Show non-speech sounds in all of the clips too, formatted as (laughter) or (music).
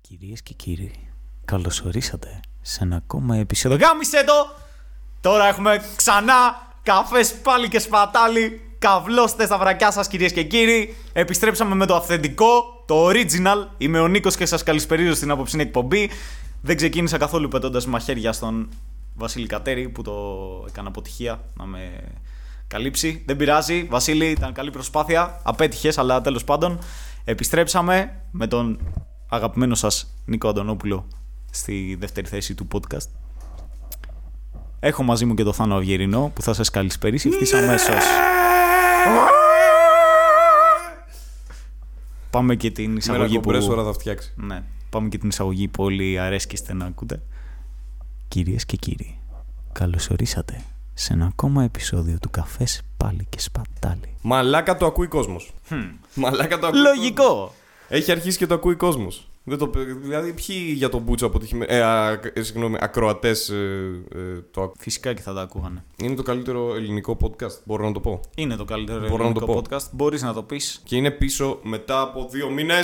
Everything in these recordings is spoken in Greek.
Κυρίες και κύριοι, καλωσορίσατε σε ένα ακόμα επεισόδιο. Γάμισε το! Τώρα έχουμε ξανά καφές πάλι και σπατάλι. Καβλώστε στα βρακιά σας κυρίες και κύριοι. Επιστρέψαμε με το αυθεντικό, το original. Είμαι ο Νίκος και σας καλησπερίζω στην απόψινή εκπομπή. Δεν ξεκίνησα καθόλου πετώντας μαχαίρια στον Βασίλη Κατέρη που το έκανα αποτυχία να με καλύψει. Δεν πειράζει. Βασίλη, ήταν καλή προσπάθεια. Απέτυχες, αλλά τέλος πάντων επιστρέψαμε με τον αγαπημένο σας Νίκο Αντωνόπουλο στη δεύτερη θέση του podcast. Έχω μαζί μου και τον Θάνο Αυγερινό που θα σας καλησπερίσει ευθύς Ναι! αμέσως. Πάμε και την Σήμερα εισαγωγή που. κομπρέσορα θα φτιάξει. Ναι. Πάμε και την εισαγωγή που όλοι αρέσκεστε να ακούτε. Κυρίες και κύριοι, καλωσορίσατε σε ένα ακόμα επεισόδιο του Καφές Πάλι και Σπατάλι. Μαλάκα το ακούει κόσμος. (laughs) Μαλάκα το ακούει. κόσμος. Hm. Λογικό! Έχει αρχίσει και το ακούει κόσμος. Δεν το, δηλαδή, ποιοι για τον Μπούτσο αποτυχημένοι. Ε, α, ε, συγγνώμη, ακροατές το ακού... Φυσικά και θα τα ακούγανε. Είναι το καλύτερο ελληνικό podcast, μπορώ να το πω. Είναι το καλύτερο Μπορώ να ελληνικό το πω. podcast. Μπορείς να το πεις. Και είναι πίσω μετά από δύο μήνες.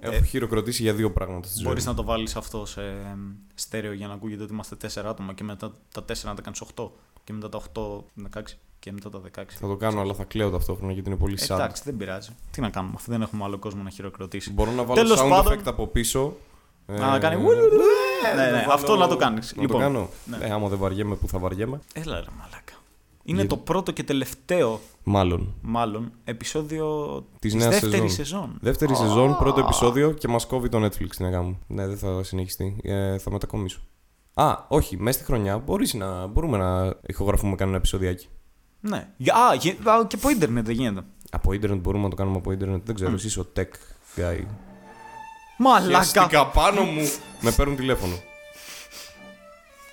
Έχω χειροκροτήσει για δύο πράγματα στη ζωή. Ε, Μπορείς μου. να το βάλεις αυτό σε εμ, στέρεο για να ακούγεται ότι είμαστε τέσσερα άτομα και μετά τα τέσσερα να τα κάνεις οχτώ και μετά τα οχτώ δεκάξι και μετά τα δεκάξι. Θα το κάνω, αλλά θα κλαίω ταυτόχρονα γιατί είναι πολύ Ε, sad. Εντάξει, δεν πειράζει. Τι να κάνουμε, αφού δεν έχουμε άλλο κόσμο να χειροκροτήσει. Μπορώ να βάλω Τέλος sound πάντων- effect από πίσω. Να Ε, κάνει. λοιπόν. Ναι, να ναι, βάλω- αυτό να το κάνεις. Να το κάνω. Ναι. Ε, άμα δεν βαριέμαι, που θα βαριέμαι. Έλα ρε μαλάκα. Είναι Γιατί? το πρώτο και τελευταίο, Μάλλον. μάλλον, επεισόδιο της, νέας δεύτερης σεζόν. Δεύτερη σεζόν, πρώτο επεισόδιο και μας κόβει το Netflix την αγάπη μου. Ναι, δεν θα συνεχιστεί. Ε, θα μετακομίσω. Α, όχι, μέσα στη χρονιά μπορείς να, μπορούμε να ηχογραφούμε κανένα επεισοδιάκι. Ναι. Για- Α, γι- α, και από ίντερνετ δεν γίνεται. Από ίντερνετ μπορούμε να το κάνουμε από ίντερνετ. Δεν ξέρω, εσύ είσαι ο tech guy. Μαλάκα. Χαίστηκα πάνω μου! Με παίρνουν τηλέφωνο.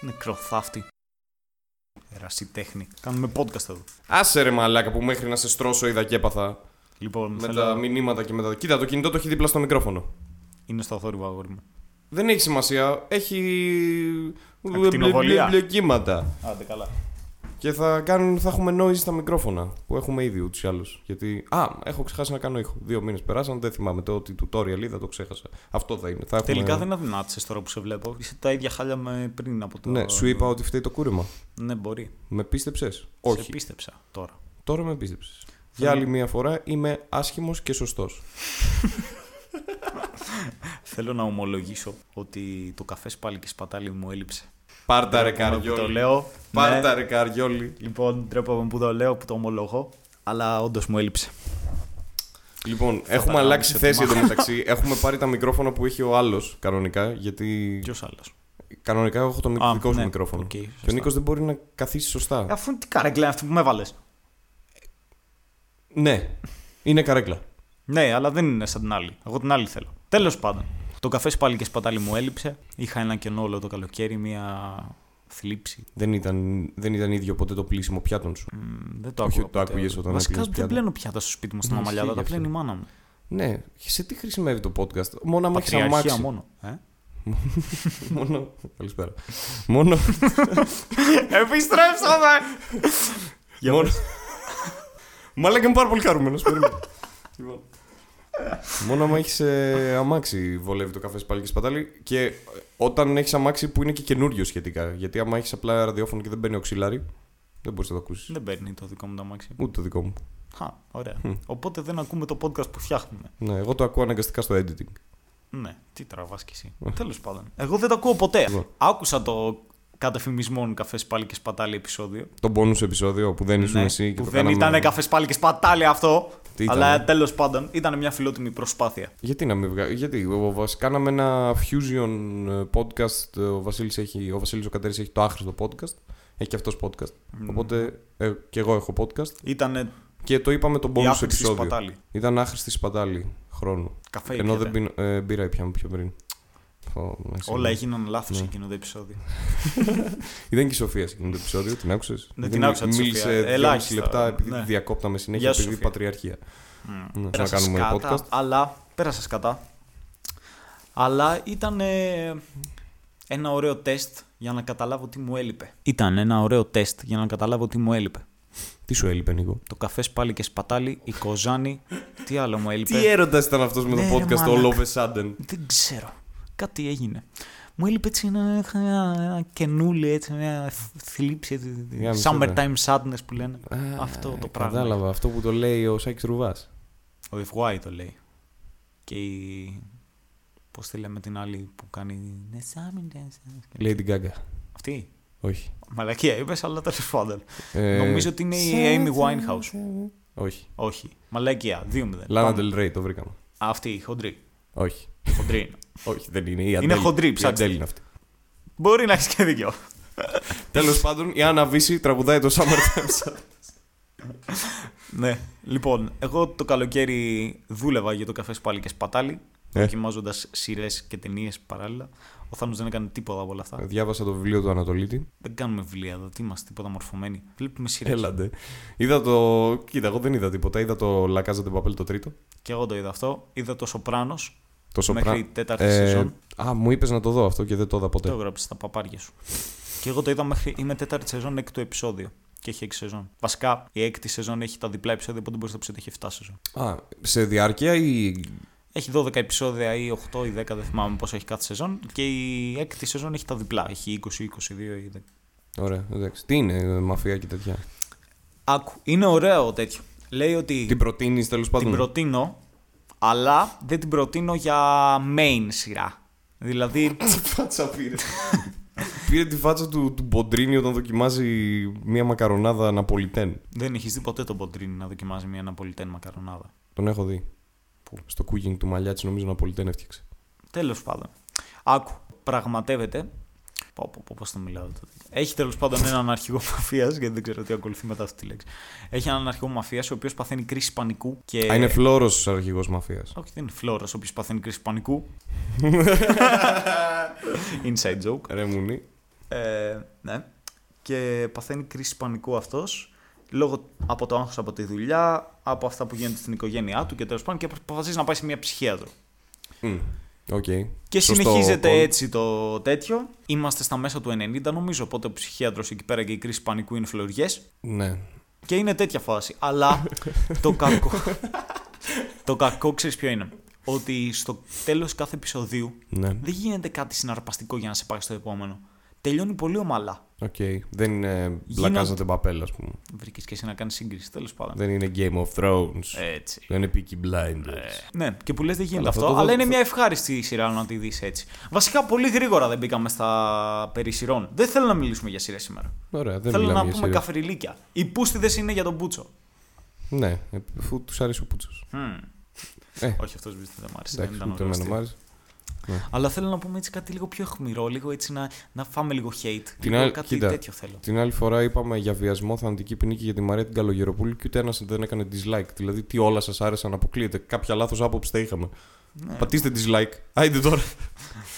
Νεκροθάφτη. Ερασιτέχνη. Κάνουμε podcast εδώ. Άσε ρε μαλάκα που μέχρι να σε στρώσω είδα και έπαθα. Λοιπόν, Με θέλω- τα μηνύματα και με τα. Κοίτα, το κινητό το έχει δίπλα στο μικρόφωνο. είναι στο θόρυβο αγόρι μου. Δεν έχει σημασία. Έχει. Ακτινοβολία. μπλε- μπλε- Κύματα. Άντε καλά. Και θα, κάνουν, θα έχουμε noise στα μικρόφωνα που έχουμε ήδη ούτως ή άλλως. Γιατί. Α, έχω ξεχάσει να κάνω ήχο. Δύο μήνες περάσαν, δεν θυμάμαι το ότι tutorial είδα, το ξέχασα. Αυτό θα είναι. Θα έχουμε... Τελικά δεν αδυνάτησες τώρα που σε βλέπω. Είσαι τα ίδια χάλια με πριν από το. Ναι, σου είπα ότι φταίει το κούρεμα. Ναι, μπορεί. Με πίστεψες. Σε Όχι. πίστεψα τώρα. Τώρα με πίστεψες. Για άλλη μία φορά είμαι άσχημος και σωστός. Θέλω να ομολογήσω ότι το καφές πάλι και σπατάλι μου έλειψε. Πάρτα ρε Ντρέπομαι που το καριόλι. λέω. Πάρτα Ναι. ρε καριόλι. Λοιπόν, ντρέπομαι που το λέω, που το ομολογώ. Αλλά όντως μου έλειψε. Λοιπόν, τα έχουμε αλλάξει γάμισε θέση το εντωμεταξύ. έχουμε πάρει τα μικρόφωνα που έχει ο άλλος κανονικά. Γιατί Ποιος άλλος. κανονικά έχω το Α, δικό σου ναι. μικρόφωνο. Οκ, και ο σωστά. Νίκος δεν μπορεί να καθίσει σωστά. Αφού είναι τι καρέκλα είναι αυτή που με έβαλε. Ναι, είναι καρέκλα. Ναι, αλλά δεν είναι σαν την άλλη. Εγώ την άλλη θέλω. Τέλος πάντων. Το καφέ πάλι και σπατάλι μου έλειψε. Είχα ένα κενό όλο το καλοκαίρι, μία θλίψη. Δεν ήταν, δεν ήταν ίδιο ποτέ το πλήσιμο πιάτων σου. Μ, Δεν το Όχι, άκουγα. το ποτέ. άκουγες όταν Βασικά δεν έπλαινες πιάτα. πλένω πιάτα στο σπίτι μου στην Ναι, αμαλιάδα, ισχύει τα αυτό. πλένει η μάνα μου. Ναι, και σε τι χρησιμεύει το podcast. Μόνο άμα έχεις Πατριαρχία αμάξι. μόνο. Ε? Μόνο. Καλησπέρα. Μόνο. Επιστρέψαμε! μόνο... Μαλάκα είμαι πάρα πολύ χαρούμενος. Μόνο άμα έχεις αμάξι βολεύει το καφέ πάλι και σπατάλη. Και ε, όταν έχεις αμάξι που είναι και καινούριο σχετικά. Γιατί άμα έχεις απλά ραδιόφωνο και δεν μπαίνει οξυλάρι, δεν μπορείς να το ακούσεις. Δεν παίρνει το δικό μου το αμάξι. Ούτε το δικό μου. Χα, ωραία. Οπότε δεν ακούμε το podcast που φτιάχνουμε. Ναι, εγώ το ακούω αναγκαστικά στο editing. Ναι, τι τραβάς κι εσύ. Τέλος πάντων. Εγώ δεν τα ακούω ποτέ. Εγώ. Άκουσα το κατεφημισμόν καφές πάλι και σπατάλι επεισόδιο. Το bonus επεισόδιο που δεν ήσουν Ναι, εσύ και που το δεν κάναμε- ήταν καφές πάλι και σπατάλι αυτό. Τι ήτανε? αλλά τέλος πάντων ήταν μια φιλότιμη προσπάθεια. Γιατί να μην βγάλει, γιατί ο Βασ... κάναμε ένα fusion ε, podcast, ε, ο Βασίλης, έχει... ο Βασίλης ο Κατέρης έχει το άχρηστο podcast, έχει και αυτός podcast, Ναι. οπότε ε, και εγώ έχω podcast Ήταν και το είπαμε η το bonus άφηξη επεισόδιο. σπατάλι. Ήταν άχρηστη σπατάλη χρόνου, Καφέ ενώ ήπιατε. δεν πίνω, ε, μπύρα ήπιαμε πιο πριν. Πω, ναι, Όλα συγγνώμη. έγιναν λάθος σε εκείνο το επεισόδιο. Ήταν και η Σοφία σε εκείνο το επεισόδιο, την άκουσες. Ναι, Γιατί την άκουσα τη Μίλησε Σοφία. δυόμιση Ελάχιστα, λεπτά επειδή ναι. τη διακόπταμε συνέχεια Γεια σου, επειδή Σοφία. πατριαρχία. Ναι, να Πέρασα κάνουμε σκάτα, podcast. αλλά πέρασα σκατά. Αλλά ήταν ε, ένα ωραίο τεστ για να καταλάβω τι μου έλειπε. Ήταν ένα ωραίο τεστ για να καταλάβω τι μου έλειπε. Τι σου έλειπε, Νίκο. Το καφέ πάλι και σπατάλι, η κοζάνη. Τι άλλο μου έλειπε. Τι έρωτας ήταν αυτός με το Ναι, ρε, podcast, το All μαλάκα. of a sudden. Δεν ξέρω. Κάτι έγινε. Μου έλειπε έτσι ένα, είχα ένα, ένα καινούλι, έτσι, μια θλίψη. έτσι, Για μισό Summertime sadness που λένε. Αυτό το πράγμα. Κατάλαβα, αυτό που το λέει ο Σάκης Ρουβάς. Ο Ιφουάη το λέει. Και η... Πώς τη λέμε την άλλη που κάνει... Ναι, Summer Time Sadness. Lady Gaga. Αυτή. Όχι. Μαλακία είπες, αλλά τέλος πάντων. Ε, Νομίζω ότι είναι η Amy Winehouse. Όχι. Όχι. Μαλακία. 2-0. Lana Πάμε. Del Rey, το βρήκαμε. Αυτή η χοντρή. Όχι. Χοντρή είναι. Όχι, δεν είναι. Η Είναι Αντέλη. χοντρή, Η ψάξτε. Αντέλη είναι αυτή. Μπορεί να έχεις και δίκιο. Τέλος πάντων, η Άννα Βύση τραγουδάει το Summer Times. (laughs) Ναι. Λοιπόν, εγώ το καλοκαίρι δούλευα για το καφέ πάλι και σπατάλι, Ε. δοκιμάζοντας σειρές και ταινίες παράλληλα. Ο Θάνος δεν έκανε τίποτα από όλα αυτά. Διάβασα το βιβλίο του Ανατολίτη. Δεν κάνουμε βιβλία εδώ, τι είμαστε, τίποτα μορφωμένοι. Βλέπουμε σειρές. Έλαντε. Είδα το. Κοίτα, εγώ δεν είδα τίποτα. Είδα το La Casa de Papel το τρίτο. Και εγώ το είδα αυτό. Είδα το Σοπράνος. Το Σοπρά- Ε, Μέχρι τέταρτη σεζόν. Α, μου είπες να το δω αυτό και δεν το είδα Το ποτέ. έγραψε στα παπάρια σου. και εγώ το είδα μέχρι. Είμαι τέταρτη σεζόν, έκτο επεισόδιο. Και έχει έξι σεζόν. Βασικά η έκτη σεζόν έχει τα διπλά επεισόδια, οπότε μπορείς να ψήσει ότι έχει 7 σεζόν. Α, σε διάρκεια ή. Έχει 12 επεισόδια ή 8 ή 10, δεν θυμάμαι πόσο έχει κάθε σεζόν. Και η έκτη σεζόν έχει τα διπλά. Έχει 20, 22 ή 10. Ωραία, εντάξει. Τι είναι, ε, μαφία και τέτοια. Άκου, είναι ωραίο τέτοιο. Λέει ότι Την την, προτείνεις τέλος πάντων. προτείνω, αλλά δεν την προτείνω για main σειρά. (laughs) Δηλαδή, Τι φάτσα πήρε. πήρε τη φάτσα του, του Μποντρίνη όταν δοκιμάζει μία μακαρονάδα Ναπολιτέν. δεν έχεις δει ποτέ τον Ποντρίνη να δοκιμάζει μια Ναπολιτέν μακαρονάδα. Τον έχω δει. Στο cooking του μαλλιά της, νομίζω Ναπολιτέν έφτιαξε. Τέλος πάντων. Άκου, πραγματεύεται. Πω, πω, πω, πώς το μιλάω τότε. Έχει τέλος πάντων έναν αρχηγό (laughs) μαφίας, γιατί δεν ξέρω τι ακολουθεί μετά αυτή τη λέξη. Έχει έναν αρχηγό μαφίας, ο οποίος παθαίνει κρίση πανικού. Και... Α, είναι φλόρος ο αρχηγός μαφίας. Όχι, δεν είναι φλόρος, ο οποίος παθαίνει κρίση (laughs) πανικού. Inside joke. Ρε μουνί. Ε, ναι. Και παθαίνει κρίση πανικού αυτός λόγω από το άγχος από τη δουλειά, από αυτά που γίνονται στην οικογένειά του και τέλος πάντων. Και αποφασίζει να πάει σε μια ψυχίατρο. Μμ. Οκ. Και Σωστό συνεχίζεται call. έτσι το τέτοιο. Είμαστε στα μέσα του 90, νομίζω. Οπότε ο ψυχίατρος εκεί πέρα και η κρίση πανικού είναι φλωριέ. Ναι. Και είναι τέτοια φάση. (laughs) Αλλά το κακό. το κακό ξέρεις ποιο είναι. Ότι στο τέλος κάθε επεισοδίου Ναι. δεν γίνεται κάτι συναρπαστικό για να σε πάει στο επόμενο. Τελειώνει πολύ ομαλά. Οκ. Δεν είναι Γίνονται- μπλακάζατε μπαπέλ, ας πούμε. Βρήκες και εσύ να κάνεις σύγκριση, τέλος πάντων. Δεν είναι Game of Thrones. Έτσι. Δεν είναι Peaky Blinders. Ναι, και που λες δεν γίνεται Ναι. Αλλά θα αυτό, το δω- αλλά είναι θα- μια ευχάριστη σειρά να τη δεις έτσι. Βασικά πολύ γρήγορα δεν μπήκαμε στα περί σειρών. Δεν θέλω να μιλήσουμε για σειρές σήμερα. Ωραία, δεν θέλω μιλάμε να για πούμε σειρά. καφριλίκια. Οι πούστιδες είναι για τον Μπούτσο. Ναι, ε, αφού του άρεσε ο Πούτσος. Μμμ. Ε, Όχι, αυτός δεν μ' άρεσε. Δεν εντάξει, Ναι, ήταν ούτε ωραίο εμένα αστείο. μ' άρεσε. Αλλά θέλω να πούμε έτσι κάτι λίγο πιο αιχμηρό, λίγο έτσι να, να φάμε λίγο hate. Την λίγο άλλη- κάτι κοίτα. τέτοιο θέλω. Την άλλη φορά είπαμε για βιασμό, θανατική ποινή και για τη Μαρία την Καλογεροπούλη και ούτε ένας δεν έκανε dislike. Δηλαδή, τι όλα σας άρεσαν, αποκλείεται. Κάποια λάθος άποψη τα είχαμε. Ναι. Πατήστε dislike. Άιντε (laughs) τώρα.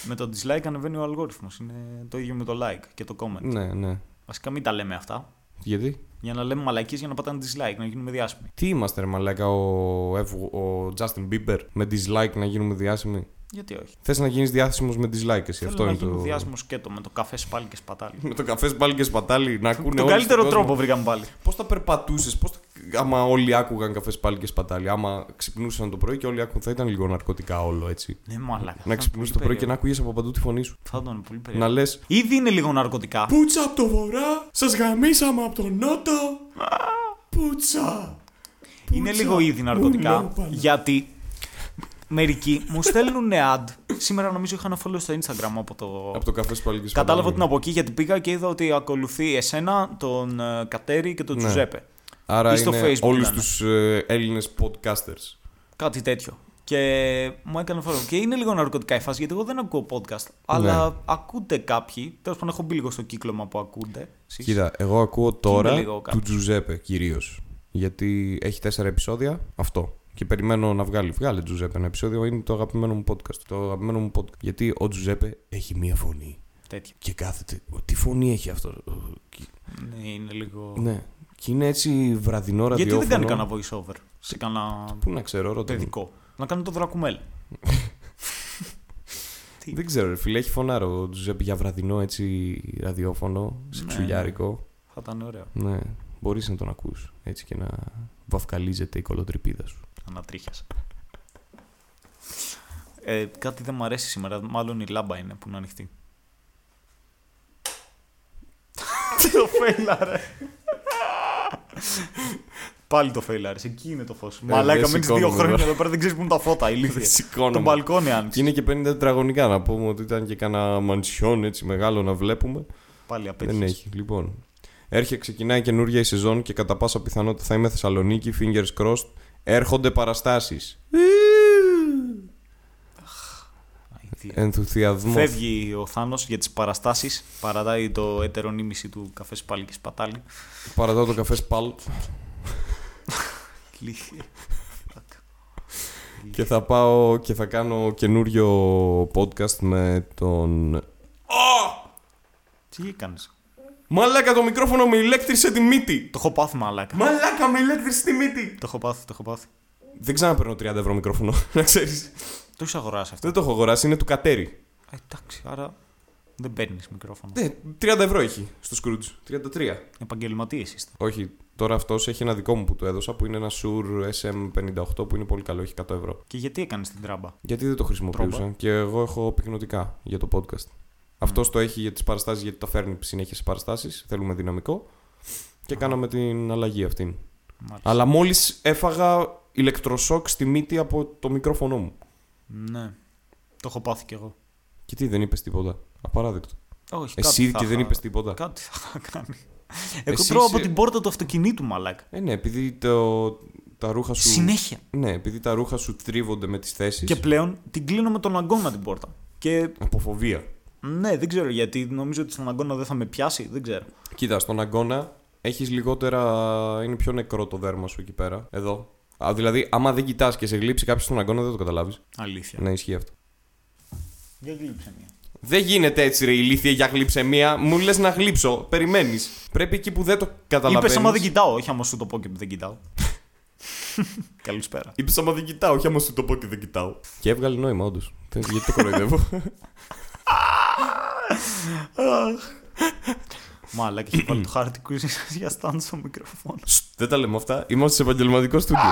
Με το dislike ανεβαίνει ο αλγόριθμος. Είναι το ίδιο με το like και το comment. ναι, ναι. Βασικά μην τα λέμε αυτά. Γιατί? Για να λέμε μαλακίες για να πατάνε dislike, να γίνουμε διάσημοι. Τι είμαστε, ρε Μαλάκα, ο, Ευ- ο Justin Bieber με dislike να γίνουμε διάσημοι. Γιατί όχι. Θες να γίνεις διάσημο με dislike εσύ. Θέλω Αυτό να είναι γίνει το. διάσημο σκέτο με το καφέ σπάλι και σπατάλι. Με το καφέ πάλι και σπατάλι να ακούνε Τον καλύτερο τρόπο βρήκαμε πάλι. Πώς τα περπατούσες, πώς τα... άμα όλοι άκουγαν καφέ πάλι και σπατάλι. Άμα ξυπνούσαν το πρωί και όλοι άκουγαν, θα ήταν λίγο ναρκωτικά όλο έτσι. Ναι, μαλάκα. Να ξυπνούσες το πρωί και να ακούγε από παντού τη φωνή σου. Θα τον πολύ Να περίεργο. λες. Ήδη είναι λίγο ναρκωτικά. Πούτσα από το βορρά, σας γαμίσαμε από τον νότο. Πούτσα. Είναι λίγο ήδη ναρκωτικά. Γιατί μερικοί μου στέλνουν ad. Σήμερα νομίζω είχα ένα follow στο Instagram από το. Από το ναι. καφέ πάλι και σπατάλι. Κατάλαβα την από εκεί γιατί πήγα και είδα ότι ακολουθεί εσένα, τον ε, Κατέρι και τον Ναι. Τζουζέπε. Άρα ή στο είναι Facebook όλους ήταν. τους Έλληνες podcasters. Κάτι τέτοιο. Και μου έκανε follow. Και είναι λίγο ναρκωτικά η φάση γιατί εγώ δεν ακούω podcast. Ναι. Αλλά ακούτε κάποιοι. Τέλος πάντων, έχω μπει λίγο στο κύκλωμα που ακούτε. εσείς. Κοίτα, εγώ ακούω τώρα λίγο του κάπου. Τζουζέπε κυρίως. Γιατί έχει τέσσερα επεισόδια, αυτό. Και περιμένω να βγάλει. Βγάλε Τζουζέπε ένα επεισόδιο, είναι το αγαπημένο μου podcast. Το αγαπημένο μου podcast. Γιατί ο Τζουζέπε έχει μία φωνή. Τέτοιο. Και κάθεται. «Ω, Τι φωνή έχει αυτό. Ω, και- Ναι, είναι λίγο. Ναι. Και είναι έτσι βραδινό Γιατί ραδιόφωνο. Ναι. δεν κάνει κανένα voice over σε κανένα Πού να ξέρω, ρώτα. τον. παιδικό. Να κάνει το δρακουμέλ. Τι. Δεν ξέρω, ρε φίλε, έχει φωνάρο ο Τζουζέπε για βραδινό έτσι ραδιόφωνο, σε Ναι, ξουλιάρικο. Θα ήταν ωραίο. Ναι. Μπορείς να τον ακούσει έτσι και να βαφκαλίζεται η κολοτρυπίδα σου. Ανατρίχια. Ε, κάτι δεν μου αρέσει σήμερα. Μάλλον η λάμπα είναι που είναι ανοιχτή. το φέιλαρε. Πάλι το φέιλαρε. Εκεί είναι το φως. Μαλάκα, Ε, δεν μείνεις δύο σηκώνομαι χρόνια εδώ. εδώ πέρα δεν ξέρεις που είναι τα φώτα. (laughs) Δεν Ηλίθεια. σηκώνομαι. Το μπαλκόνι Και άνοιξε. είναι και 50 τετραγωνικά να πούμε ότι ήταν και κανένα μανσιόν έτσι μεγάλο να βλέπουμε. Πάλι Δεν απέτυχε. έχει. Λοιπόν, έρχεται, ξεκινάει καινούργια η σεζόν και κατά πάσα πιθανότητα θα είμαι Θεσσαλονίκη. Fingers crossed. Έρχονται παραστάσεις. Ενθουσιασμός. Φεύγει ο Θάνος για τις παραστάσεις. Παρατάει το έτερο νήμιση του καφέ πάλι και σπατάλι. Παρατάω το καφέ σπαλ Ηλίθεια. και θα πάω και θα κάνω καινούριο podcast με τον. Τι έκανες. Μαλάκα το μικρόφωνο με ηλέκτρισε τη μύτη! Το έχω πάθει μαλάκα. Μαλάκα με ηλέκτρισε τη μύτη! Το έχω πάθει, το έχω πάθει. Δεν ξαναπαίρνω 30 ευρώ μικρόφωνο, (laughs) να ξέρεις. Το έχεις αγοράσει αυτό. Δεν το έχω αγοράσει, είναι του κατέρι. Ε, εντάξει, άρα δεν παίρνεις μικρόφωνο. Ναι, 30 ευρώ έχει στο Scrooge. 33. Επαγγελματίες είστε. Όχι, τώρα αυτός έχει ένα δικό μου που του έδωσα που είναι ένα Shure SM58 που είναι πολύ καλό, έχει 100 ευρώ. Και γιατί έκανες την τράμπα. Γιατί δεν το χρησιμοποιούσα Τρόμπα. και εγώ έχω πυκνοτικά για το podcast. Αυτός το έχει για τις παραστάσεις γιατί τα φέρνει συνέχεια σε παραστάσεις. Θέλουμε δυναμικό. Και κάναμε την αλλαγή αυτήν. Μάλιστα. Αλλά μόλις έφαγα ηλεκτροσόκ στη μύτη από το μικρόφωνο μου. Ναι. Το έχω πάθει κι εγώ. Και τι δεν είπες τίποτα. Απαράδεκτο. Όχι, Εσύ θα και δεν είχα- είπες τίποτα. Κάτι θα είχα κάνει. Εγώ Εσύ τρώω από είσαι- την πόρτα του αυτοκινήτου, μαλάκα. Ε, ναι, επειδή το, τα ρούχα σου. Συνέχεια. Ναι, επειδή τα ρούχα σου τρίβονται με τις θέσεις. Και πλέον την κλείνω με τον αγκώνα την πόρτα. Και Από φοβία. ναι, δεν ξέρω γιατί. Νομίζω ότι στον αγκώνα δεν θα με πιάσει. Δεν ξέρω. Κοίτα, στον αγκώνα έχεις λιγότερα. είναι πιο νεκρό το δέρμα σου εκεί πέρα. Εδώ. Α, δηλαδή, άμα δεν κοιτάς και σε γλύψει κάποιος στον αγκώνα, δεν το καταλάβεις. Αλήθεια. Να ισχύει αυτό. Δεν γλύψε μία. Δεν γίνεται έτσι, ρε ηλίθεια για γλυψεμία. Μου λες να γλύψω. Περιμένεις. Πρέπει εκεί που δεν το καταλαβαίνεις. Είπες άμα δεν κοιτάω. Όχι, άμα σου το πω και δεν (laughs) κοιτάω. Καλησπέρα. Είπες άμα δεν κοιτάω, όχι άμα σου το πω και δεν κοιτάω. Και έβγαλε νόημα, όντως. Γιατί (laughs) το κοροϊδεύω. Μαλάκα, έχει βάλει το χάρτη κουζίνα (laughs) για στάντ στο μικρόφωνο. Στ, δεν τα λέμε αυτά. Είμαστε σε (laughs) επαγγελματικό στούντιο.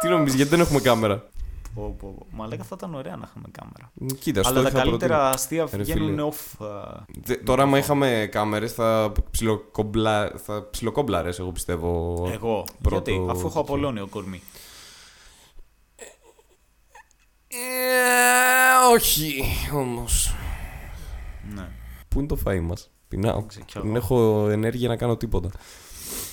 Τι νομίζεις, γιατί δεν έχουμε κάμερα. Πω, πω, πω. Μαλάκα, θα ήταν ωραία να είχαμε κάμερα. Μ, Κοίτα, στο Αλλά τα Ε, είχα καλύτερα προτείνει. αστεία Ρε βγαίνουν φίλε. off. ε, α, Δε- Τώρα, άμα είχαμε κάμερες, θα ψιλοκομπλα... θα ψιλοκόμπλαρες, εγώ πιστεύω. Εγώ. πρώτο Γιατί, αφού έχω τέτοιο. απολώνει ο κορμί. όχι, όμως. Ναι. Πού είναι το φαΐ μας. Πεινάω. ξέρω κι εγώ. Δεν έχω ενέργεια να κάνω τίποτα.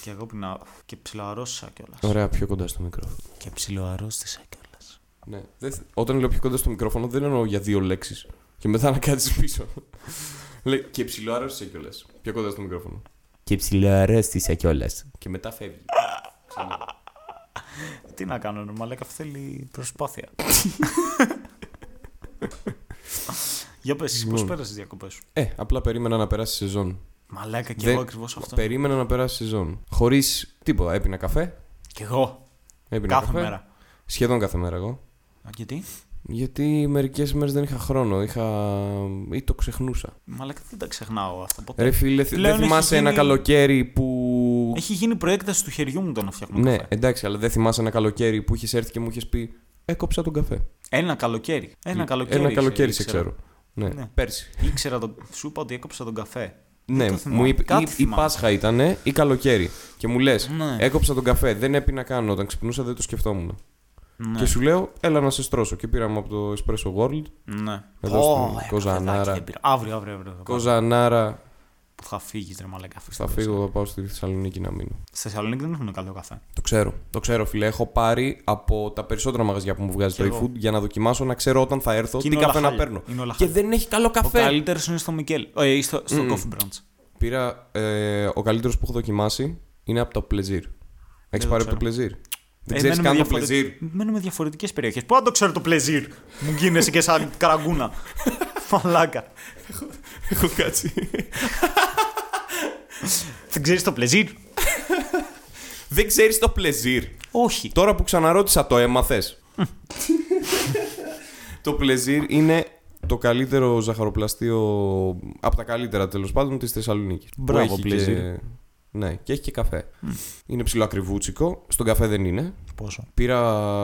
Και εγώ πεινάω. Και ψιλοαρρώστησα κιόλας. Ωραία, πιο κοντά στο μικρόφωνο. Και ψιλοαρρώστησα κιόλας. Ναι. Δεν θ- Όταν λέω πιο κοντά στο μικρόφωνο, δεν εννοώ για δύο λέξεις. Και μετά να κάτσεις πίσω. Λέει και ψηλό άρρωστησε κιόλας. Πιο κοντά στο μικρόφωνο. Και ψηλοαρέστησα κιόλας. Και μετά φεύγει. Τι να κάνω, ρε μαλάκα, αυτό θέλει (laughs) προσπάθεια. Για πες, Λοιπόν. πώς πέρασες διακοπές σου. Ε, απλά περίμενα να περάσει η σεζόν. Μαλάκα, κι Δεν- εγώ ακριβώς αυτό. Περίμενα να περάσει η σεζόν. Χωρίς τίποτα. Έπεινα καφέ. Κι εγώ. Έπεινα Κάθε καφέ. μέρα. Σχεδόν κάθε μέρα εγώ. Α, γιατί? Γιατί μερικές μέρες δεν είχα χρόνο. Είχα... ή το ξεχνούσα. Μαλάκα, δεν τα ξεχνάω αυτά ποτέ. Ρε φίλε, Πλέον δεν έχει θυμάσαι γίνει- ένα καλοκαίρι που. Έχει γίνει προέκταση του χεριού μου το να φτιάχνω Ναι, καφέ. εντάξει, αλλά δεν θυμάσαι ένα καλοκαίρι που είχες έρθει και μου είχες πει Έκοψα τον καφέ. Ένα καλοκαίρι. Ένα καλοκαίρι. Ένα καλοκαίρι σε ήξερα. ξέρω. Ναι. Ναι. Πέρσι. Ήξερα το... Σου είπα ότι έκοψα τον καφέ. Ναι, το θυμάμαι. μου είπε, Κάτι ή, ή θυμάμαι. Πάσχα ήταν ή καλοκαίρι. Και μου λες, Ναι. έκοψα τον καφέ. Δεν έπεινα καν. Όταν ξυπνούσα δεν το σκεφτόμουν. Ναι. Και σου λέω, έλα να σε στρώσω. Και πήραμε από το Espresso World. Ναι. Εδώ Ω, ε, στην καφεδάκι Κοζανάρα. δεν πήρα. Αύριο, αύριο, αύριο. θα πάω. Κοζανάρα. Που θα φύγεις, ρε μαλάκα. αφού Θα στο- φύγω, θα πάω στη Θεσσαλονίκη να μείνω. Στη Θεσσαλονίκη δεν έχουν καλό καφέ. Το ξέρω. Το ξέρω, φίλε. Έχω πάρει από τα περισσότερα μαγαζιά που μου βγάζει Κι το εγώ. eFood για να δοκιμάσω να ξέρω όταν θα έρθω Και τι είναι όλα καφέ να χάλια. παίρνω. Είναι όλα Και χάλια. δεν έχει καλό Ο καφέ. Mm. καλύτερος είναι στο Μικέλ. Ε, ή στο, στο Μμμ. Coffee Branch. Πήρα. Ε, ο καλύτερος που έχω δοκιμάσει είναι από το Πλεζίρ. Έχεις το πάρει από ξέρω. το Πλεζίρ. Δεν Ε, ξέρεις μένουμε καν το διαφορε- Πλεζίρ. Μένουμε διαφορετικές περιοχές. Πού να το ξέρω το πλεζίρ. Μου γίνεσαι και σαν (laughs) καραγκούνα. Μαλάκα. Έχω κάτσει. (laughs) Δεν ξέρεις το πλεζίρ. Δεν ξέρεις το Πλεζίρ. Όχι. Τώρα που ξαναρώτησα, το έμαθες. το Πλεζίρ είναι το καλύτερο ζαχαροπλαστείο από τα καλύτερα τέλος πάντων της Θεσσαλονίκης. Μπράβο, Plaisir. Ναι, και έχει και καφέ. Είναι ψηλό ακριβούτσικο. Στον καφέ δεν είναι. Πόσο. Πήρα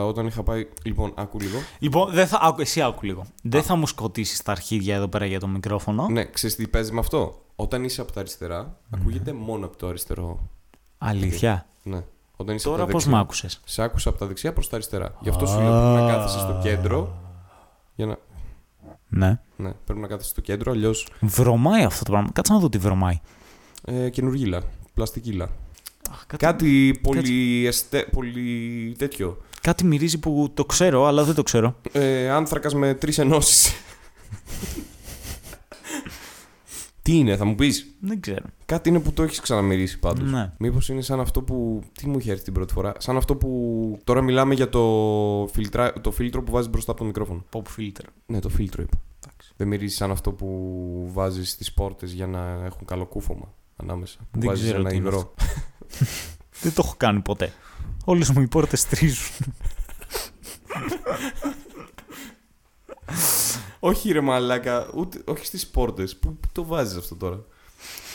όταν είχα πάει. Λοιπόν, άκου λίγο. Λοιπόν, δεν θα... άκου, εσύ άκου λίγο. Δεν θα μου σκοτήσεις τα αρχίδια εδώ πέρα για το μικρόφωνο. Ναι, ξέρεις τι παίζει με αυτό. Όταν είσαι από τα αριστερά, Ναι. ακούγεται μόνο από το αριστερό. Αλήθεια. Ναι. Όταν είσαι Τώρα από τα πώς δεξιά. μ' άκουσες. Σε άκουσα από τα δεξιά προς τα αριστερά. Γι' αυτό σου λέω πρέπει να κάθεσαι στο κέντρο. Για να... Ναι. Ναι, πρέπει να κάθεσαι στο κέντρο, αλλιώς Βρωμάει αυτό το πράγμα. Κάτσε να δω τι βρωμάει. ε, καινουργίλα. Πλαστικίλα. Αχ, κάτι... Κάτι πολύ, εστε... πολύ τέτοιο. κάτι μυρίζει που το ξέρω, αλλά δεν το ξέρω. Ε, Άνθρακας με τρεις (laughs) ενώσεις. Τι είναι, θα μου πεις. Δεν ξέρω. Κάτι είναι που το έχεις ξαναμυρίσει πάντως. Ναι. Μήπως είναι σαν αυτό που. Τι μου είχε έρθει την πρώτη φορά. Σαν αυτό που. Τώρα μιλάμε για το, φιλτρα... το φίλτρο που βάζεις μπροστά από το μικρόφωνο. Pop filter. Ναι, το φίλτρο είπα. Δεν μυρίζεις σαν αυτό που βάζεις στι πόρτες για να έχουν καλό κούφωμα ανάμεσα. Που Δεν βάζεις ξέρω ένα τι είναι υγρό. Δεν το έχω κάνει ποτέ. Όλες μου οι πόρτες τρίζουν. όχι, ρε Μαλάκα, ούτε... όχι στις πόρτες. Πού πού το βάζεις αυτό τώρα.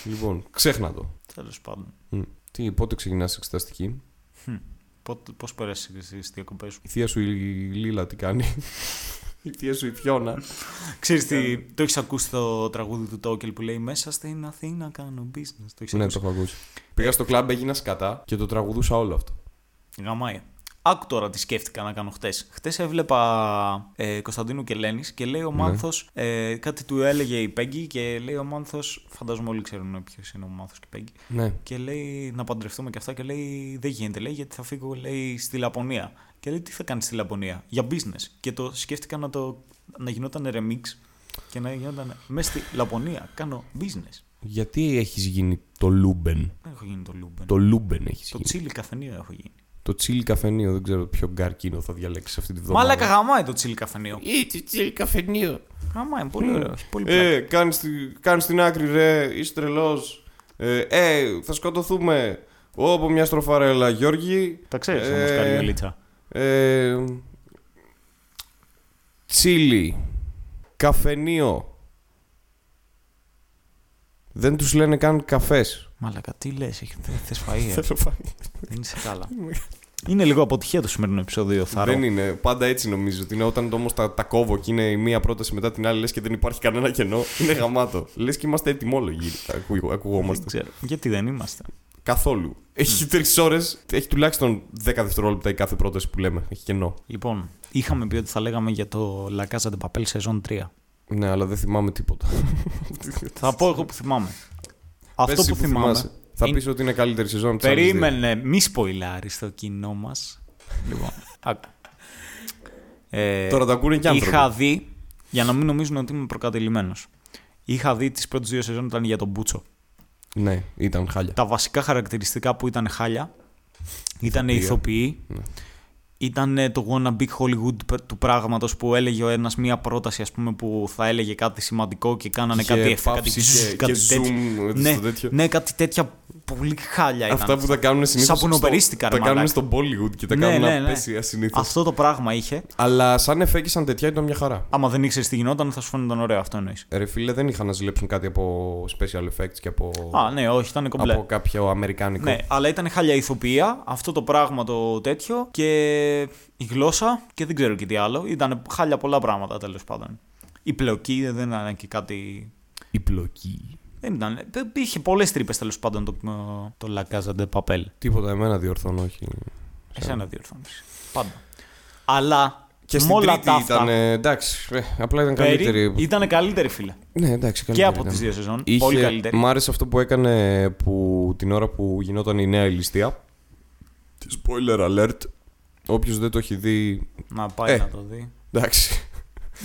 Λοιπόν, ξέχνα το. Τέλος πάντων. Μμ. Τι, πότε ξεκινάς εξεταστική. Πώ πέρασε τι διακοπές σου. Η θεία σου η Λίλα τι κάνει. (laughs) η θεία σου η Φιώνα. Ξέρεις τι, το έχεις ακούσει το τραγούδι του Τόκελ που λέει Μέσα στην Αθήνα κάνω business. Το έχεις ναι, ακούσει. το έχω ακούσει. Πήγα στο κλαμπ, έγινα σκατά και το τραγουδούσα όλο αυτό. Γαμάει. Άκου τώρα τι σκέφτηκα να κάνω χτες. Χτες έβλεπα ε, Κωνσταντίνου και Λένης και Ναι. λέει ο Μάνθος. Ε, κάτι του έλεγε η Πέγγι και λέει ο Μάνθος. Φαντάζομαι όλοι ξέρουν ποιος είναι ο Μάνθος και η Πέγγι. Ναι. Και λέει να παντρευτούμε και αυτά και λέει δεν γίνεται. Λέει γιατί θα φύγω λέει, στη Λαπωνία. Και λέει τι θα κάνεις στη Λαπωνία για business. Και το σκέφτηκα να, το, να γινόταν remix και να γινόταν μέσα στη Λαπωνία. Κάνω business. Γιατί έχεις γίνει το Λούμπεν. Δεν έχω γίνει το Λούμπεν. Το Λούμπεν έχεις Το γίνει. τσίλι καφενείο έχω γίνει. Το τσίλι καφενείο, δεν ξέρω ποιο γκαρκίνο θα διαλέξεις αυτή τη βδομάδα. Μαλάκα γαμάει το τσίλι καφενείο. Ή το τσίλι καφενείο. Γαμάει, πολύ ωραίο. έχει Πολύ πλάκα. Ε, κάνεις, τη- κάνεις την άκρη ρε, είσαι τρελός. Ε, ε, θα σκοτωθούμε. Όπου μια στροφαρέλα, Γιώργη. Τα ξέρεις ε, όμω, Καριολίτσα. Ε, τσίλι. Καφενείο. Δεν τους λένε καν καφές. Μαλάκα, τι λες, θες φαΐ, ε. Θέλω φάει. δεν είσαι (laughs) καλά. είναι λίγο αποτυχία το σημερινό επεισόδιο, θα Δεν είναι. Πάντα έτσι νομίζω. ότι Είναι όταν όμως τα, τα κόβω και είναι η μία πρόταση μετά την άλλη, λες και δεν υπάρχει κανένα κενό. Είναι γαμάτο. λες και είμαστε ετοιμόλογοι. Τα ακου- Δεν ακουγόμαστε. ξέρω. Γιατί δεν είμαστε. Καθόλου. Έχει τρεις ώρες. Έχει τουλάχιστον 10 δευτερόλεπτα η κάθε πρόταση που λέμε. Έχει κενό. Λοιπόν, είχαμε πει ότι θα λέγαμε για το La Casa de Papel σεζόν 3. Ναι, αλλά δεν θυμάμαι (laughs) τίποτα. Θα πω εγώ που θυμάμαι. Πες Αυτό εσύ που θυμάμαι. θυμάσαι. Θα είναι- πεις ότι είναι καλύτερη σεζόν. της άλλης δύο. Περίμενε, μη σποϊλάρεις το κοινό μας. (laughs) λοιπόν, άκου. Ε, Τώρα τα ακούνε και άνθρωποι. Είχα δει, για να μην νομίζουν ότι είμαι προκατελημένο. Είχα δει τις πρώτες δύο σεζόν ήταν για τον Μπούτσο. Ναι, ήταν χάλια. Τα βασικά χαρακτηριστικά που ήταν χάλια ήταν οι ηθοποιοί. Ναι. Ήταν ε, το Wanna Big Hollywood πε- του πράγματος που έλεγε ο ένας μία πρόταση ας πούμε, που θα έλεγε κάτι σημαντικό και κάνανε Είχε κάτι εφ- κάτι πάυση ζζζ, και- κάτι και τέτοιο. zoom, ναι, στο τέτοιο. ναι, κάτι τέτοια πολύ χάλια ήταν. Αυτά που τα κάνουν συνήθω. Σαπουνοπερίστηκα, ρε Τα κάνουν μαλάκα. στο Bollywood και τα Ναι, κάνουν ναι, να ναι. πέσει ασυνήθω. Αυτό το πράγμα είχε. Αλλά σαν εφέ και σαν τέτοια ήταν μια χαρά. Άμα δεν ήξερες τι γινόταν, θα σου φαίνονταν ωραίο αυτό εννοείς. Ρε φίλε, δεν είχαν να ζηλέψουν κάτι από special effects και από, Α, ναι, όχι, ήταν κομπλέ. από κάποιο αμερικάνικο. Ναι, αλλά ήταν χάλια ηθοποιία, αυτό το πράγμα το τέτοιο και η γλώσσα και δεν ξέρω και τι άλλο. Ήταν χάλια πολλά πράγματα τέλος πάντων. Η πλοκή δεν ήταν και κάτι. Η πλοκή. Δεν ήταν. δεν- Είχε πολλές τρύπες τέλος πάντων το, το La Casa de Papel. Τίποτα, εμένα διορθώνω, όχι. Εσένα διορθώνεις. Πάντα. Αλλά Και με στην όλα τρίτη τα αυτά. ήταν. ε, Εντάξει, ε, απλά ήταν περί- καλύτερη. Ήταν καλύτερη, φίλε. Ναι, εντάξει, καλύτερη. Και από ήταν. τις δύο σεζόν. Είχε- Πολύ καλύτερη. Μ' άρεσε αυτό που έκανε που, την ώρα που γινόταν η νέα ηλιστία. Spoiler alert. Όποιος δεν το έχει δει. Να πάει Ε. να το δει. Εντάξει.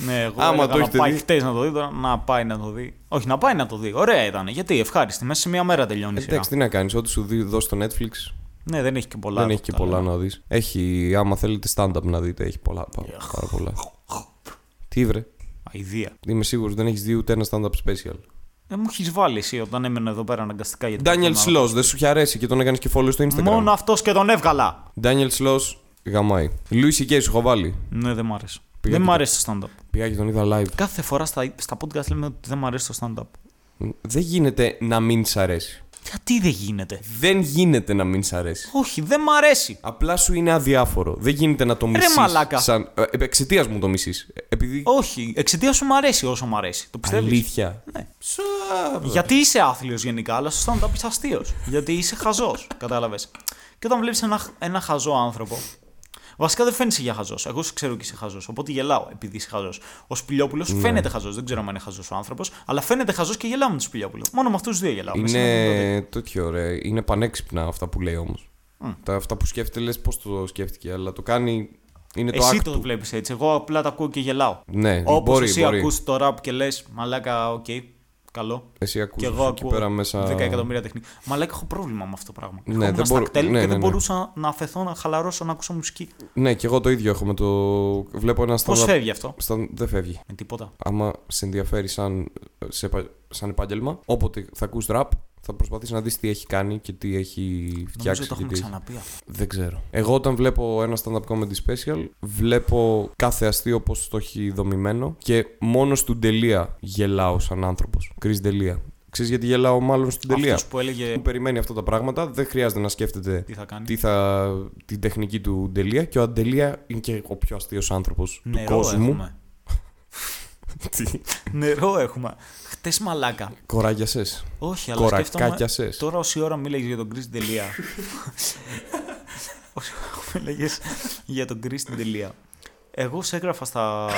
Ναι, εγώ Άμα έλεγα το να έχετε πάει δει. χτες να το δει, τώρα να πάει να το δει. Όχι, να πάει να το δει. Ωραία ήταν. Γιατί ευχάριστη. Μέσα σε μία μέρα τελειώνει. η σειρά. Εντάξει, τι να κάνεις. Ό,τι σου δει- δώσει στο Netflix. Ναι, δεν έχει και πολλά. δεν από έχει και αυτά, πολλά ναι. λέω. να δεις. Έχει, άμα θέλετε, stand-up να δείτε. Έχει πολλά. πα- Πάρα πολλά. Τι βρε. Αηδία. Είμαι σίγουρος δεν έχεις δει ούτε ένα stand-up special. Δεν μου έχεις βάλει εσύ όταν έμενα εδώ πέρα αναγκαστικά γιατί. Daniel Sloss, δεν σου είχε αρέσει και τον έκανες και follow στο Instagram. Μόνο αυτός και τον έβγαλα. Daniel Sloss, γαμάει. Louis C.K. σου έχω βάλει. Ναι, δεν μ' άρεσε. Πήγα δεν και μ' το- άρεσε το stand-up. Πήγα και τον είδα live. Κάθε φορά στα, στα podcast λέμε ότι δεν μ' αρέσει το stand-up. Δεν γίνεται να μην σ' αρέσει. Γιατί δεν γίνεται. Δεν γίνεται να μην σ' αρέσει. Όχι, δεν μ' αρέσει. Απλά σου είναι αδιάφορο. Δεν γίνεται να το μισείς. μαλάκα. Σαν... ε, Εξαιτίας μου το μισείς. Επειδή. Όχι, εξαιτίας σου μ' αρέσει όσο μ' αρέσει. Το πιστεύεις. Αλήθεια. Ναι. Σα- Γιατί είσαι άθλιος γενικά, αλλά σωστά να τα πει αστείος. Γιατί είσαι χαζός. (laughs) Κατάλαβες. Και όταν βλέπεις ένα, ένα χαζό άνθρωπο. Βασικά δεν φαίνεσαι για χαζός. Εγώ σε ξέρω και είσαι χαζός. Οπότε γελάω επειδή είσαι χαζός. Ο Σπιλιόπουλο Ναι. φαίνεται χαζός. Δεν ξέρω αν είναι χαζός ο άνθρωπος, αλλά φαίνεται χαζός και γελάω με τον Σπιλιόπουλο. Μόνο με αυτούς του δύο γελάω. Με σένα δεν το δέχομαι. Είναι τέτοιο ρε. Είναι πανέξυπνα αυτά που λέει όμως. Τα, αυτά που σκέφτεται λες πώς το σκέφτηκε, αλλά το κάνει. Είναι το Εσύ act το του. βλέπεις έτσι. Εγώ απλά τα ακούω και γελάω. Ναι, Όπως μπορεί, εσύ μπορεί. ακούς το ραπ και λες, μαλάκα, οκ, καλό. Εσύ ακούς Και εγώ εκεί ακούω πέρα μέσα. 10 εκατομμύρια τεχνική. Μαλάκα, έχω πρόβλημα με αυτό το πράγμα. Ναι, Ναι, Ήμουν δεν στα μπορώ- κτέλ ναι, και ναι, δεν ναι. μπορούσα να αφαιθώ, να χαλαρώσω, να ακούσω μουσική. Ναι, και εγώ το ίδιο έχω με το. Βλέπω ένα Πώς stand-up. φεύγει αυτό. Stand- Δεν φεύγει. Με τίποτα. Άμα σε ενδιαφέρει σαν, σε, επα- σαν επάγγελμα, όποτε θα ακούς rap, θα προσπαθείς να δεις τι έχει κάνει και τι έχει φτιάξει. Νομίζω το και έχουμε τι έχει- ξαναπεί αυτό. Δεν ξέρω. Εγώ όταν βλέπω ένα stand-up comedy special, βλέπω κάθε αστείο πώς το έχει δομημένο και μόνος στην τελεία γελάω σαν άνθρωπος. Κρίς τελεία. Ξέρεις γιατί γελάω μάλλον στην τελεία. Αυτός που έλεγε Που περιμένει αυτά τα πράγματα, δεν χρειάζεται να σκέφτεται τι θα κάνει. τι θα, την τεχνική του Ντελία και ο Αντελία είναι και ο πιο αστείος άνθρωπος του Νερό κόσμου. έχουμε. (laughs) Τι- Νερό έχουμε. Χτες μαλάκα. Κοράγιασες. Όχι, Ε, αλλά σκέφτομαι. Κορακάκιασες. Τώρα όση ώρα μίλαγες για τον Chris Delia. όση ώρα μίλαγες για τον Chris Delia. Εγώ σε έγραφα στα...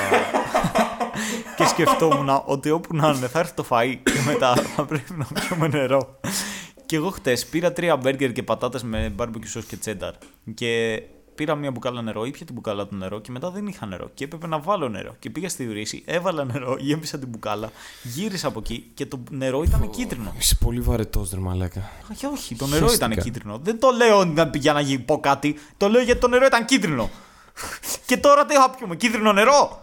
και σκεφτόμουν ότι όπου να είναι θα έρθει το φαΐ και μετά θα πρέπει να πιούμε νερό. και εγώ χτες πήρα τρία μπέργκερ και πατάτες με barbecue sauce και τσένταρ. Και πήρα μία μπουκάλα νερό, ήπια την μπουκάλα του νερό και μετά δεν είχα νερό. Και έπρεπε να βάλω νερό. Και πήγα στη βρύση, έβαλα νερό, γέμισα την μπουκάλα, γύρισα από εκεί και το νερό ήταν κίτρινο. Είσαι πολύ βαρετός, ρε μαλάκα. Όχι, όχι, το νερό Χαίστηκα. ήταν κίτρινο. Δεν το λέω να- για να γι- πω κάτι. Το λέω γιατί το νερό ήταν κίτρινο. και τώρα τι θα πιούμε, κίτρινο νερό.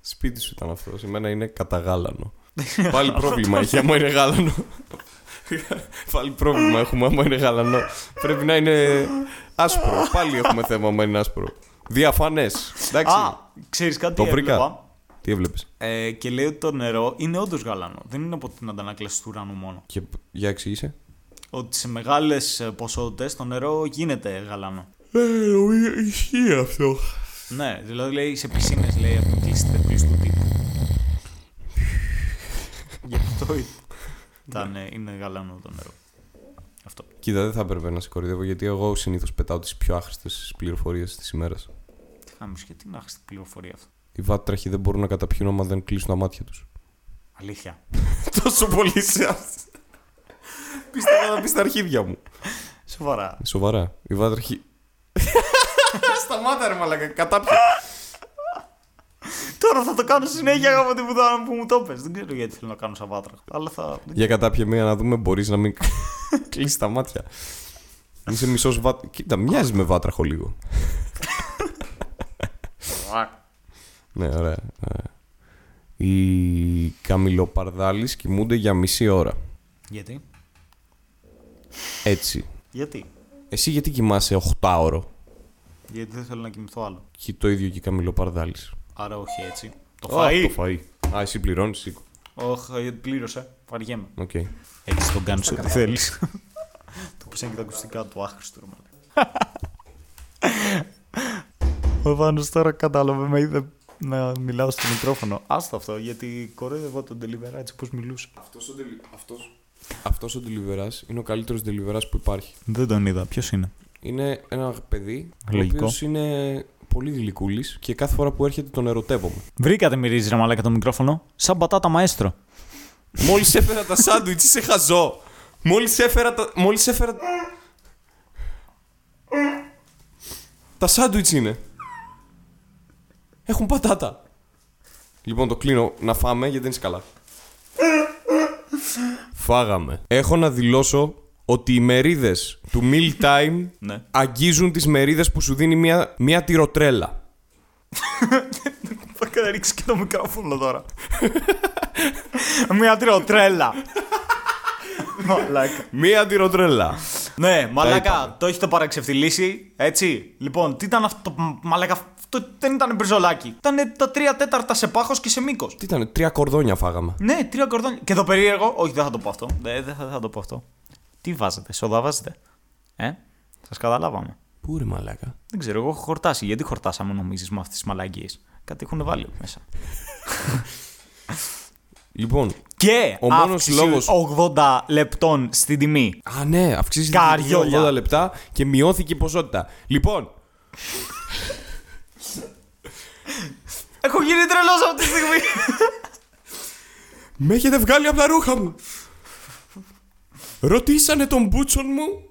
Σπίτι σου ήταν αυτό. Σε μένα είναι καταγάλανο. (laughs) Πάλι πρόβλημα έχει άμα είναι γάλανο. Πάλι πρόβλημα έχουμε άμα είναι γάλανο. Πρέπει να είναι άσπρο. Πάλι έχουμε θέμα άμα είναι άσπρο. Διαφανές. Εντάξει. Α, ξέρεις κάτι. Το έβλεπα. βρήκα. Τι έβλεπες. Ε, και λέει ότι το νερό είναι όντως γαλάνο. Δεν είναι από την αντανάκλαση του ουρανού μόνο. Και για εξήγησε. Ότι σε μεγάλες ποσότητες το νερό γίνεται γαλάνο. Ε, ισχύει αυτό. Ναι, δηλαδή λέει σε πισίνες λέει αποκλείστηκε πλήση του τύπου. Γι' αυτό ήταν, Ναι. ε, είναι γαλάνο το νερό. Αυτό. Κοίτα, δεν θα έπρεπε να σε κορυδεύω γιατί εγώ συνήθως πετάω τις πιο άχρηστες πληροφορίες της ημέρας. Τι χάμισε και τι να έχεις την πληροφορία αυτό. Οι βάτραχοι δεν μπορούν να καταπιούν άμα δεν κλείσουν τα μάτια τους. Αλήθεια. Τόσο πολύ σε αυτό. Πίστευα να πει τα αρχίδια μου. Σοβαρά. Σοβαρά. Η βάτραχη. (laughs) Σταμάτα ρε μαλακα, κατάπια. Τώρα θα το κάνω συνέχεια από την που μου το πες. Δεν ξέρω γιατί θέλω να κάνω σαβάτρα. Αλλά θα. Για κατάπια μία να δούμε, μπορείς να μην κλείσεις τα μάτια. Είσαι μισός βάτραχο. Κοίτα, μοιάζει με βάτραχο λίγο. Ναι, ωραία. ωραία. Οι καμιλοπαρδάλεις κοιμούνται για μισή ώρα. Γιατί. Έτσι. Γιατί. Εσύ γιατί κοιμάσαι 8 ώρο Γιατί δεν θέλω να κοιμηθώ άλλο. και το ίδιο και οι καμιλοπαρδάλεις. Άρα όχι έτσι. Το Α, φαΐ. Το φαΐ. Α, εσύ πληρώνεις, σήκω. Όχι, γιατί πλήρωσα. Βαριέμαι. Οκ. Έτσι τον κάνεις ό,τι θέλεις. (laughs) Το πήσα και τα ακουστικά του άχρηστο ρε μαλάκα. (laughs) Ο Βάνος τώρα κατάλαβε με είδε να μιλάω στο μικρόφωνο. Άστα αυτό, γιατί κοροϊδεύω τον Τελιβερά έτσι πώς μιλούσε. Αυτός ο, τελι... αυτός... αυτός ο deliverás είναι ο καλύτερος deliverás που υπάρχει. Δεν τον είδα. Ποιος είναι. Είναι ένα παιδί Γλυκό. ο οποίος είναι πολύ γλυκούλης και κάθε φορά που έρχεται τον ερωτεύομαι. Βρήκατε μυρίζει ρε μαλάκα το μικρόφωνο. Σαν πατάτα μαέστρο. Μόλις έφερα τα σάντουιτς, είσαι χαζό! Μόλις έφερα τα... Μόλις έφερα... τα σάντουιτς είναι. Έχουν πατάτα. Λοιπόν, το κλείνω να φάμε γιατί δεν είσαι καλά. Φάγαμε. Έχω να δηλώσω ότι οι μερίδες του meal time Ναι. αγγίζουν τις μερίδες που σου δίνει μια, μια τυροτρέλα. Θα καταρρίξεις και το μικρόφωνο τώρα. (laughs) Μια τριοτρέλα. μαλάκα. Μια τυροτρέλα. Ναι, είπαμε. μαλάκα, το έχετε παραξευθυλίσει. Έτσι. Λοιπόν, τι ήταν αυτό το μαλάκα. Αυτό δεν ήταν μπριζολάκι. Ήταν τα τρία τέταρτα σε πάχος και σε μήκος. Τι ήταν, τρία κορδόνια φάγαμε. Ναι, τρία κορδόνια. Και το περίεργο. Όχι, δεν θα το πω αυτό. Ε, Δεν θα, θα το πω αυτό. Τι βάζετε, σόδα βάζετε. Ε, σας καταλάβαμε. Πού ρε μαλάκα. Δεν ξέρω, εγώ έχω χορτάσει. Γιατί χορτάσαμε, νομίζεις, με αυτές τις μαλαγίε. Κάτι έχουν βάλει μέσα. Λοιπόν, Και Ο μόνος αύξηση λόγος- 80 λεπτών στην τιμή. α ναι, αυξήθηκε Καριόλια. τα 80 λεπτά και μειώθηκε η ποσότητα. Λοιπόν, Έχω γίνει τρελός αυτή τη στιγμή. με έχετε βγάλει από τα ρούχα μου. Ρωτήσανε τον μπούτσον μου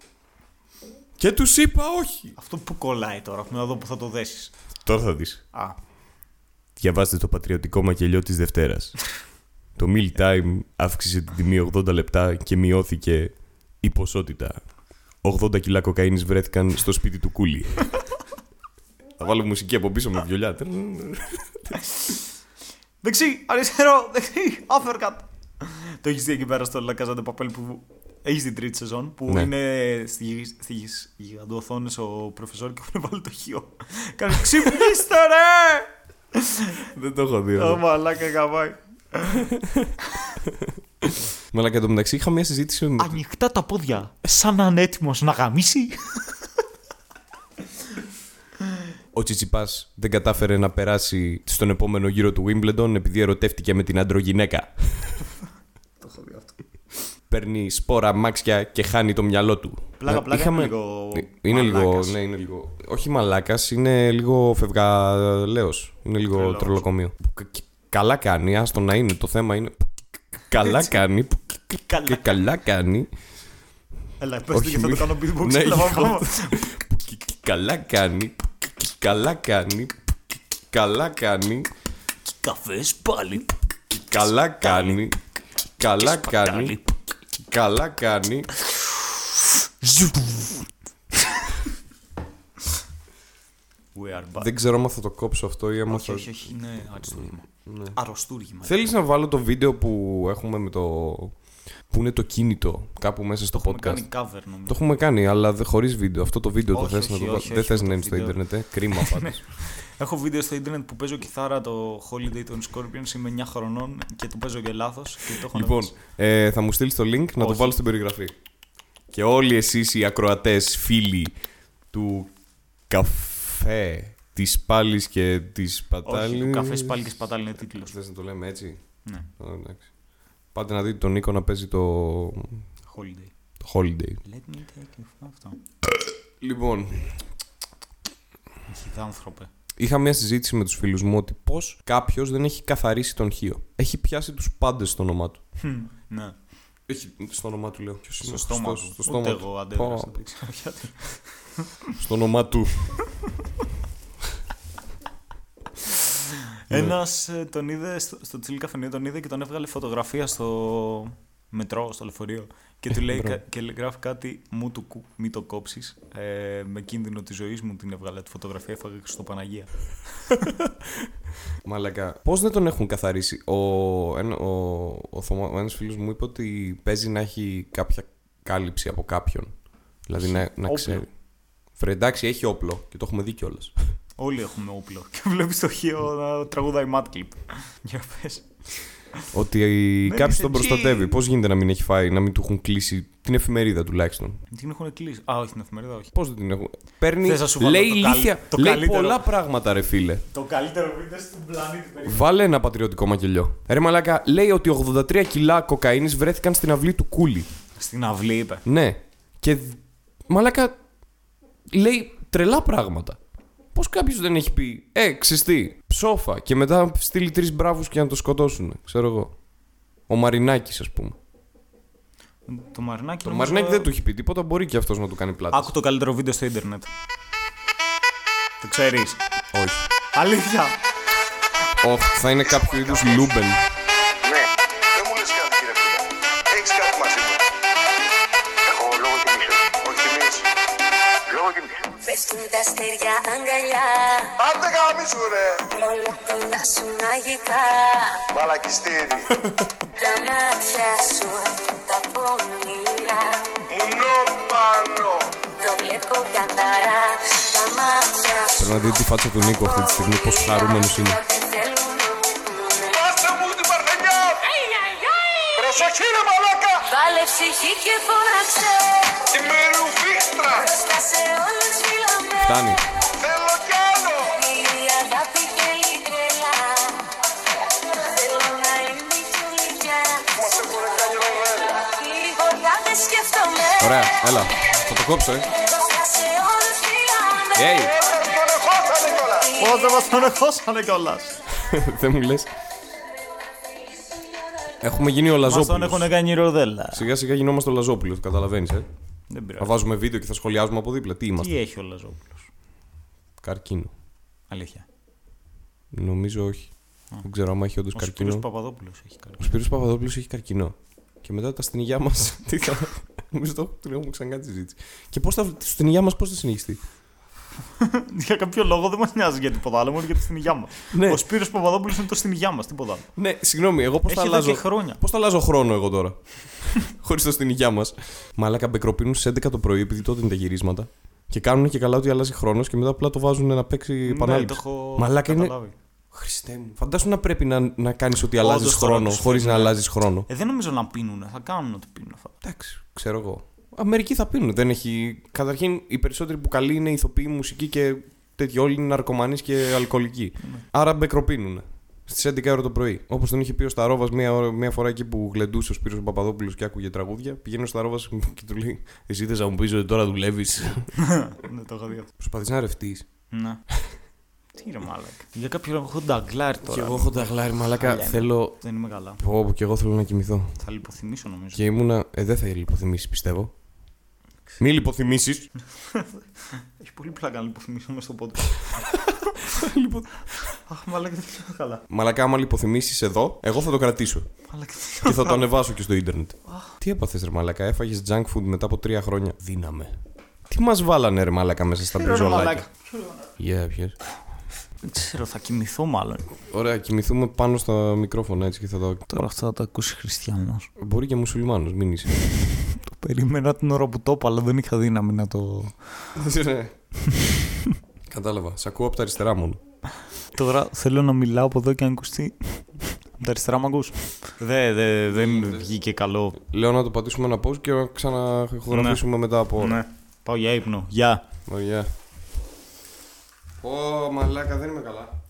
και τους είπα όχι. (laughs) Αυτό που κολλάει τώρα, έχουμε να δω που θα το δέσεις. Τώρα θα δεις. Α, Διαβάστε το πατριωτικό μακελιό της Δευτέρας. το meal time αύξησε την τιμή 80 λεπτά και μειώθηκε η ποσότητα. 80 κιλά κοκαίνης βρέθηκαν στο σπίτι του Κούλι. θα βάλω μουσική από πίσω με βιολιά. Δεξί, αριστερό, δεξί, uppercut. το έχεις δει εκεί πέρα στο La Casa de Papel που έχει την τρίτη σεζόν. Που Ναι. είναι στι γιγαντοθόνε ο προφεσόρ και έχουν βάλει το χείο. Κάνει ξυπνήστε ρε! Δεν το έχω δει. αυτό. Ω μαλάκα γαμάει. Μαλάκα, εν τω μεταξύ είχα μια συζήτηση με. Ανοιχτά τα πόδια, σαν να είναι έτοιμος να γαμίσει. Ο Τσιτσιπάς δεν κατάφερε να περάσει στον επόμενο γύρο του Wimbledon επειδή ερωτεύτηκε με την αντρογυναίκα. Το έχω δει αυτό. Παίρνει σπόρα μάξια και χάνει το μυαλό του. Πλάκα, Να- πλάκα, είναι λίγο Ε, Είναι λίγο, μαλάκας. ναι, είναι λίγο. Όχι μαλάκας, είναι λίγο φευγαλέο. Είναι λίγο Τρελός. τρολοκομείο. Κα- κα- Καλά κάνει, άστο να είναι. Το θέμα είναι. που- Καλά κάνει. που- Καλά. και Καλά κάνει. Έλα, πες το Όχι, και θα μη- το κάνω beatbox. Ναι, έλα, γι' πάμε. (laughs) αυτό. Κι- κι- Καλά κάνει. Κι- κι- Καλά κάνει. Κι- κι- Καλά κάνει. Καφές πάλι. Κι- Καλά κάνει. Καλά κάνει. Καλά κάνει. We are back. Δεν ξέρω αν θα το κόψω αυτό ή αν Όχι, θα. όχι, όχι, είναι αριστούργημα. Ναι. Αρρωστούργημα. Θέλεις να βάλω το βίντεο που έχουμε με το. που είναι το κίνητο κάπου μέσα στο Έχουμε podcast. κάνει cover νομίζω. Το έχουμε κάνει, αλλά δε- χωρίς βίντεο. Αυτό το βίντεο το Όχι, θες να όχι, όχι, το βάλεις. Δεν όχι, θες με να το είναι στο βίντεο. Ναι, ίντερνετ, ε. κρίμα πάντως. Έχω βίντεο στο ίντερνετ που παίζω κιθάρα το Holiday των Scorpions. Είμαι 9 χρονών και το παίζω και λάθος. Και το έχω Λοιπόν, ανεβάσει. ε, θα μου στείλεις το link να το Όχι. βάλω στην περιγραφή. Και όλοι εσείς οι ακροατές, φίλοι του καφέ, της πάλης και της πατάλης... Όχι, το καφέ πάλι και σπατάλη είναι τίτλος. Θες να το λέμε έτσι. Ναι, Α, εντάξει. Πάτε να δείτε τον Νίκο να παίζει το, Holiday. το Holiday. Let me take you. Αυτό. Λοιπόν, Χιδάνθρωπε. είχα μια συζήτηση με τους φίλους μου ότι πώς κάποιος δεν έχει καθαρίσει τον χείο. Έχει πιάσει τους πάντες στο όνομά του. Χμ, Ναι, Έχει, στο όνομά του λέω. Ποιος είναι στο στόμα. ο Χριστός, του. στο Ούτε στόμα του. εγώ αντέδρασα. Πω. (laughs) δεν ξέρω γιατί. Στο όνομά του. Ένας ε, τον είδε στο, στο τσίλι καφενείο, τον είδε και τον έβγαλε φωτογραφία στο μετρό, στο λεωφορείο. Και του λέει κα- και λέει- γράφει κάτι μου του κου, μη το κόψεις. Ε, με κίνδυνο της ζωής μου την έβγαλε τη φωτογραφία, έφαγε στο Παναγία. Μαλακά. Πώς δεν τον έχουν καθαρίσει. Ο, ένα, ο, ο, Θωμά- ο ένας φίλος μου είπε ότι παίζει να έχει κάποια κάλυψη από κάποιον. Δηλαδή να, να Όπλο. ξέρει. Φρε, εντάξει, έχει όπλο και το έχουμε δει κιόλας. Όλοι έχουμε όπλο. (laughs) Και βλέπεις το χείο να τραγουδάει mad clip. (laughs) Για πες. ότι Δεν κάποιο είσαι τον τζιν. προστατεύει. Πώς γίνεται να μην έχει φάει, να μην του έχουν κλείσει την εφημερίδα τουλάχιστον. Την έχουν κλείσει. Α, όχι την εφημερίδα, όχι. Πώς δεν την έχουν. Παίρνει. Θες να σου βάλω λέει το καλ- ηλίθεια. το λέει καλύτερο. πολλά πράγματα, ρε φίλε. Το καλύτερο βίντεο στον πλανήτη. περίπου. Βάλε ένα πατριωτικό μακελιό. Ρε μαλάκα, λέει ότι 83 κιλά κοκαίνης βρέθηκαν στην αυλή του Κούλι. Στην αυλή είπε. Ναι. Και δ- μαλάκα λέει τρελά πράγματα. Πώς κάποιος δεν έχει πει Ε, ξυστή, ψόφα και μετά στείλει τρεις μπράβους και να το σκοτώσουν. Ξέρω εγώ. Ο Μαρινάκης, ας πούμε. Το Μαρινάκι. Το νομίζω- Μαρινάκη δεν του έχει πει τίποτα, μπορεί και αυτός να του κάνει πλάτη. Άκου το καλύτερο βίντεο στο ίντερνετ. Το ξέρεις. Όχι. Αλήθεια. Όχι, θα είναι κάποιο είδους Λούμπεν. Ναι, δεν μου λες κάτι κύριε Φίλα. Έχεις κάτι μαζί μου. Έχω λόγο τιμής. Όχι τιμής. Λόγο τιμής. Πες του τα αστέρια αγκαλιά Άντε γαμίσου ρε. Όλα πολλά σου μαγικά Μαλακιστήρι. Τα μάτια σου τα πόνιρα Μουνό πάνω. Το βλέπω καθαρά Τα μάτια σου Θέλω να δείτε τη φάτσα του Νίκου αυτή τη στιγμή, πόσο χαρούμενος είναι. Ό,τι θέλουν να μου πούνε. Πάσε μου την παρθενιά. Προς Προσοχή ρε μαλάκα! Βάλε ψυχή και φώναξε Είμαι ρουφίχτρα! Μπροστά σε όλους φύλαμε Φτάνει. Θέλω κι άλλο! Η αγάπη και η τρέλα Θέλω να είμαι η δουλειά Μας έχουν κάνει ροβέλα. Γρήγορα δεν σκέφτομαι Ωραία, έλα. Θα το κόψω, ε. Μπροστά σε όλους φύλαμε Hey. Όταν Ε, τον εχώσανε κιόλας! Πότε μας τον εχώσανε κιόλας. Δεν μου λες. Έχουμε γίνει ο Μας τον έχουν Λαζόπουλο. κάνει ροδέλα. Σιγά σιγά γινόμαστε ο Λαζόπουλος, καταλαβαίνεις, ε. Δεν Θα πειράζει. βάζουμε βίντεο και θα σχολιάζουμε από δίπλα. Τι είμαστε. Τι έχει ο Λαζόπουλος. Καρκίνο. Αλήθεια. Νομίζω όχι. Δεν ξέρω αν έχει όντως Ο Σπύρος καρκίνο. Παπαδόπουλος έχει κάνει. Ο Σπύρος Παπαδόπουλος έχει καρκινό. Και μετά τα στενιά μας. (laughs) Τι θα. Νομίζω το την έχουμε ξανά τη συζήτηση. Και πώς τα στενιά μας πώς θα συνεχιστεί. (laughs) Για κάποιο λόγο δεν μας νοιάζει για τίποτα άλλο, μόνο για τη στυνηγιά μας. Ναι. Ο Σπύρος Παπαδόπουλος είναι το στυνηγιά μας, τίποτα άλλο. Ναι, συγγνώμη, εγώ πώς Έχει θα εδώ αλλάζω. και χρόνια. Πώς θα αλλάζω χρόνο εγώ τώρα. (laughs) Χωρίς το στην υγειά μας. Μαλάκα μπεκροπίνουν στι 11 το πρωί επειδή τότε είναι τα γυρίσματα. Και κάνουν και καλά ότι αλλάζει χρόνος και μετά απλά το βάζουν να παίξει επανάληψη. Ναι, το έχω Μαλάκα είναι. καταλάβει. Χριστέ μου. Φαντάσου να πρέπει να, να κάνεις ότι Όντως αλλάζει τώρα χρόνο τους χωρίς φέρνει, να αλλάζεις χρόνο. Ε, δεν νομίζω να πίνουνε, θα κάνουν ότι πίνουν αυτά. Εντάξει, ξέρω εγώ. Α, μερικοί θα πίνουν. Δεν έχει... Καταρχήν, οι περισσότεροι που καλοί είναι ηθοποιοί, μουσικοί και τέτοιοι. Όλοι είναι ναρκωμανείς και αλκοολικοί. Άρα μπεκροπίνουν. Στις 11 ώρα το πρωί. Όπως τον είχε πει ο Σταρόβας μία, ώρα- μία φορά εκεί που γλεντούσε ο Σπύρος ο Παπαδόπουλος και άκουγε τραγούδια. Πηγαίνει ο Σταρόβας (laughs) και του λέει: Εσύ θες να μου πεις ότι τώρα δουλεύεις. (laughs) ναι, το έχω δει αυτό. Προσπαθείς να ρευτείς. Ναι. Τι ρε μάλακα. Για κάποιο λόγο έχω νταγκλάρει τώρα. Και εγώ έχω τα γλάρι, μαλάκα. Χαλιά είναι. Θέλω. Δεν είμαι καλά. Πω, πω, και εγώ θέλω να κοιμηθώ. Θα λιποθυμίσω νομίζω. Και ήμουνα. Ε, δεν θα λιποθυμήσεις, πιστεύω. Μη λιποθυμήσεις. Έχει πολύ πλάκα να λιποθυμίσω μέσα στο πόντο. Αχ, μαλάκα δεν είμαι καλά. Μαλακά, άμα λιποθυμήσεις εδώ, εγώ θα το κρατήσω. Μαλάκα δεν και θα το ανεβάσω και στο ίντερνετ. Τι έπαθες, ρε Μαλακά, έφαγες junk food μετά από τρία χρόνια. Δύναμε. Τι μας βάλανε, ρε Μαλακά, μέσα στα ξέρω, ρε μπριζολάκια. μαλάκα. Γεια, πιες. Δεν ξέρω, θα κοιμηθώ μάλλον. Ωραία, κοιμηθούμε πάνω στα μικρόφωνα έτσι και θα τα. Τώρα αυτά θα τα ακούσει χριστιανός. Μπορεί και μουσουλμάνος, μην είσαι. (laughs) Το περίμενα την ώρα που το είπα, αλλά δεν είχα δύναμη να το... Ναι. Κατάλαβα. Σ' ακούω από τα αριστερά μόνο. Τώρα θέλω να μιλάω από εδώ και να ακουστεί. Από τα αριστερά μου ακούς. Δε, δε, δεν βγήκε καλό. Λέω να το πατήσουμε ένα pause και να ξαναχογραφήσουμε μετά από ώρα. Ναι. Πάω για ύπνο. Γεια. Ωραία. Ω, μαλάκα, δεν είμαι καλά.